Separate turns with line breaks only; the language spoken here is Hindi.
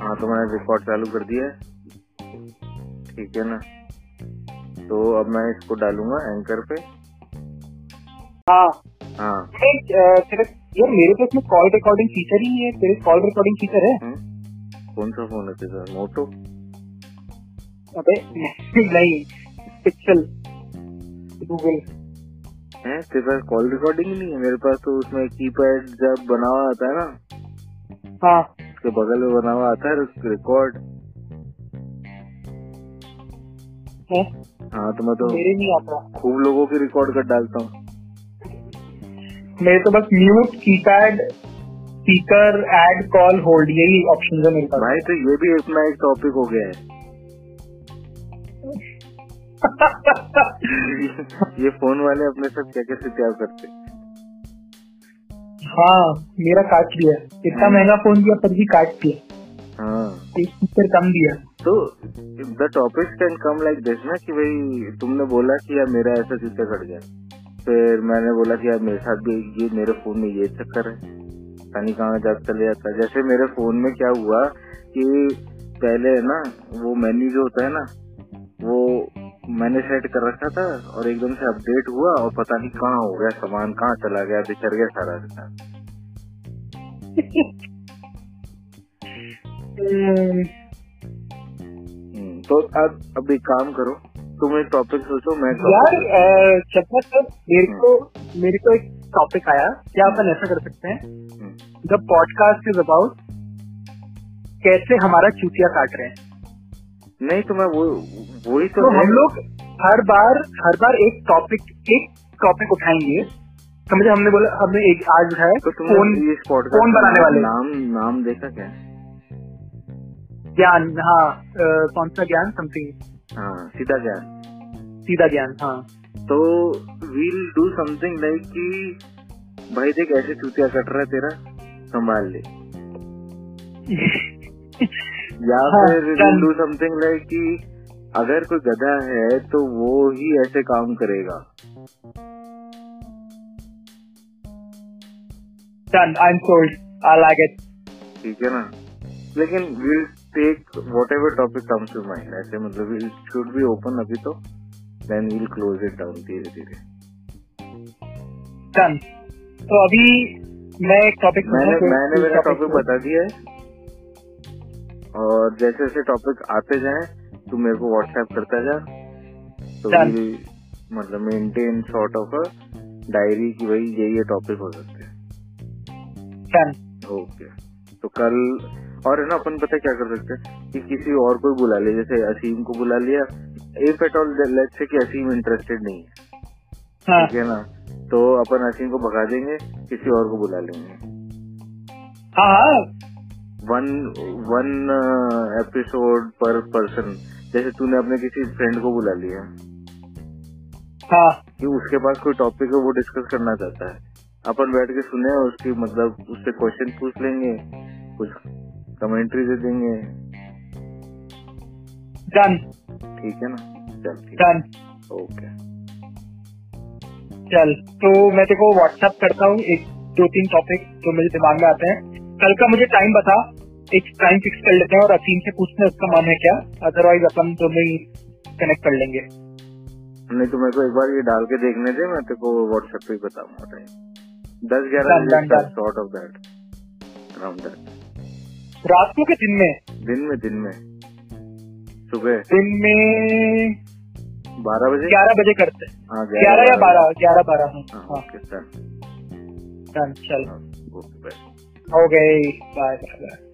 हाँ तो मैंने रिकॉर्ड चालू कर दिया है ठीक है ना तो अब मैं इसको डालूंगा एंकर पे
हाँ
हाँ
अरे, अ, तेरे यार मेरे तो पास में कॉल रिकॉर्डिंग फीचर ही नहीं है तेरे कॉल रिकॉर्डिंग फीचर है
हम्म? कौन सा फोन है तेरा मोटो
अबे नहीं पिक्सल गूगल
है तेरे पास कॉल रिकॉर्डिंग ही नहीं है मेरे पास तो उसमें कीपैड जब बना हुआ आता है ना
हाँ
उसके बगल में बना हुआ आता है रिकॉर्ड
है
हाँ तो मैं तो
मेरे नहीं आता
खूब लोगों की रिकॉर्ड कर डालता हूँ
मेरे तो बस mute keypad speaker add call hold यही ऑप्शन है मेरे पास
भाई तो ये भी अपना एक टॉपिक हो गया है ये फोन वाले अपने साथ क्या क्या सित्याव करते हैं।
हाँ मेरा काट लिया इतना
हम्म।
महंगा फोन दिया पर भी काट दिया
हाँ
एक फीचर कम दिया
तो the topic can come like this ना कि भाई तुमने बोला कि यार मेरा ऐसा चक्कर कट गया फिर मैंने बोला कि यार मेरे साथ भी ये मेरे फोन में ये चक्कर है पानी कहाँ जाकर चले जाता है जैसे मेरे फोन में क्या हुआ कि पहले है ना वो मेन्यू जो होता है ना वो मैंने सेट कर रखा था और एकदम से अपडेट हुआ और पता नहीं कहाँ हो गया सामान कहाँ चला गया बिखर गया सारा का सारा।
हम्म,
हम्म, तो अब अब एक काम करो तुम एक टॉपिक सोचो मैं topic-
यार चपत सर मेरे
हम्म.
को मेरे को एक टॉपिक आया क्या अपन ऐसा कर सकते हैं
हम्म,
द पॉडकास्ट इज अबाउट कैसे हमारा चूतिया काट रहे हैं
नहीं तो मैं वो वही तो,
तो
है।
हम लोग हर बार हर बार एक टॉपिक एक टॉपिक उठाएंगे समझे हमने बोला हमने एक आज उठाया
तो
फोन
तुमने इस podcast
फोन
का
बनाने वाले।
नाम नाम देखा क्या
ज्ञान हाँ अ, कौन सा ज्ञान समथिंग
हाँ सीधा क्या है?
सीधा ज्ञान हाँ
तो वील डू समथिंग लाइक कि भाई देख ऐसे चूतिया कट रहा है तेरा संभाल ले या
हाँ,
फिर
done.
We'll do something like कि अगर कोई गधा है तो वो ही ऐसे काम करेगा
done I am sold I like it
ठीक है ना लेकिन we'll take whatever topic comes to mind ऐसे मतलब वील शुड बी ओपन अभी तो then we'll close it down धीरे धीरे
डन तो अभी मैं एक टॉपिक
मैंने मैंने मेरा टॉपिक बता दिया है और जैसे जैसे टॉपिक आते जाए तू मेरे को व्हाट्सएप करता जा तो
Done.
we मतलब maintain sort of a diary की भाई ये ये टॉपिक हो सकते हैं
डन
ओके तो कल और है ना अपन पता है क्या कर सकते हैं कि किसी और को भी बुला ले जैसे असीम को बुला लिया if at all let's say कि असीम इंटरेस्टेड नहीं है
हाँ
ठीक है ना तो अपन असीम को भगा देंगे किसी और को बुला लेंगे
हाँ हाँ
one one uh, episode per person जैसे तूने अपने किसी फ्रेंड को बुला लिया
हाँ
कि उसके पास कोई टॉपिक है वो डिस्कस करना चाहता है अपन बैठ के सुने उसकी मतलब उससे क्वेश्चन पूछ लेंगे कुछ कमेंट्री दे देंगे
डन
ठीक है ना चल ठीक
डन
ओके
चल तो मैं तेरे को व्हाट्सएप करता हूँ एक दो तीन टॉपिक जो मुझे दिमाग में आते हैं कल का मुझे टाइम बता एक टाइम फिक्स कर लेते हैं और असीम से पूछते हैं उसका मन है क्या अदरवाइज अपन दोनों ही कनेक्ट कर लेंगे
नहीं तो मेरे को एक बार ये डाल के देखने दे मैं तेरे को व्हाट्सएप पे ही बताऊंगा टाइम दस ग्यारह
Done, done,
बजे
done.
Short of that around that
रात को के दिन में
दिन में दिन में सुबह
दिन में
बारह बजे
ग्यारह बजे करते हैं
हाँ
ग्यारह या बारह ग्यारह बारह हाँ,
हाँ,
हाँ
ओके सर
डन चल
हाँ, ओके बाय
हो गए बाय बाय बाय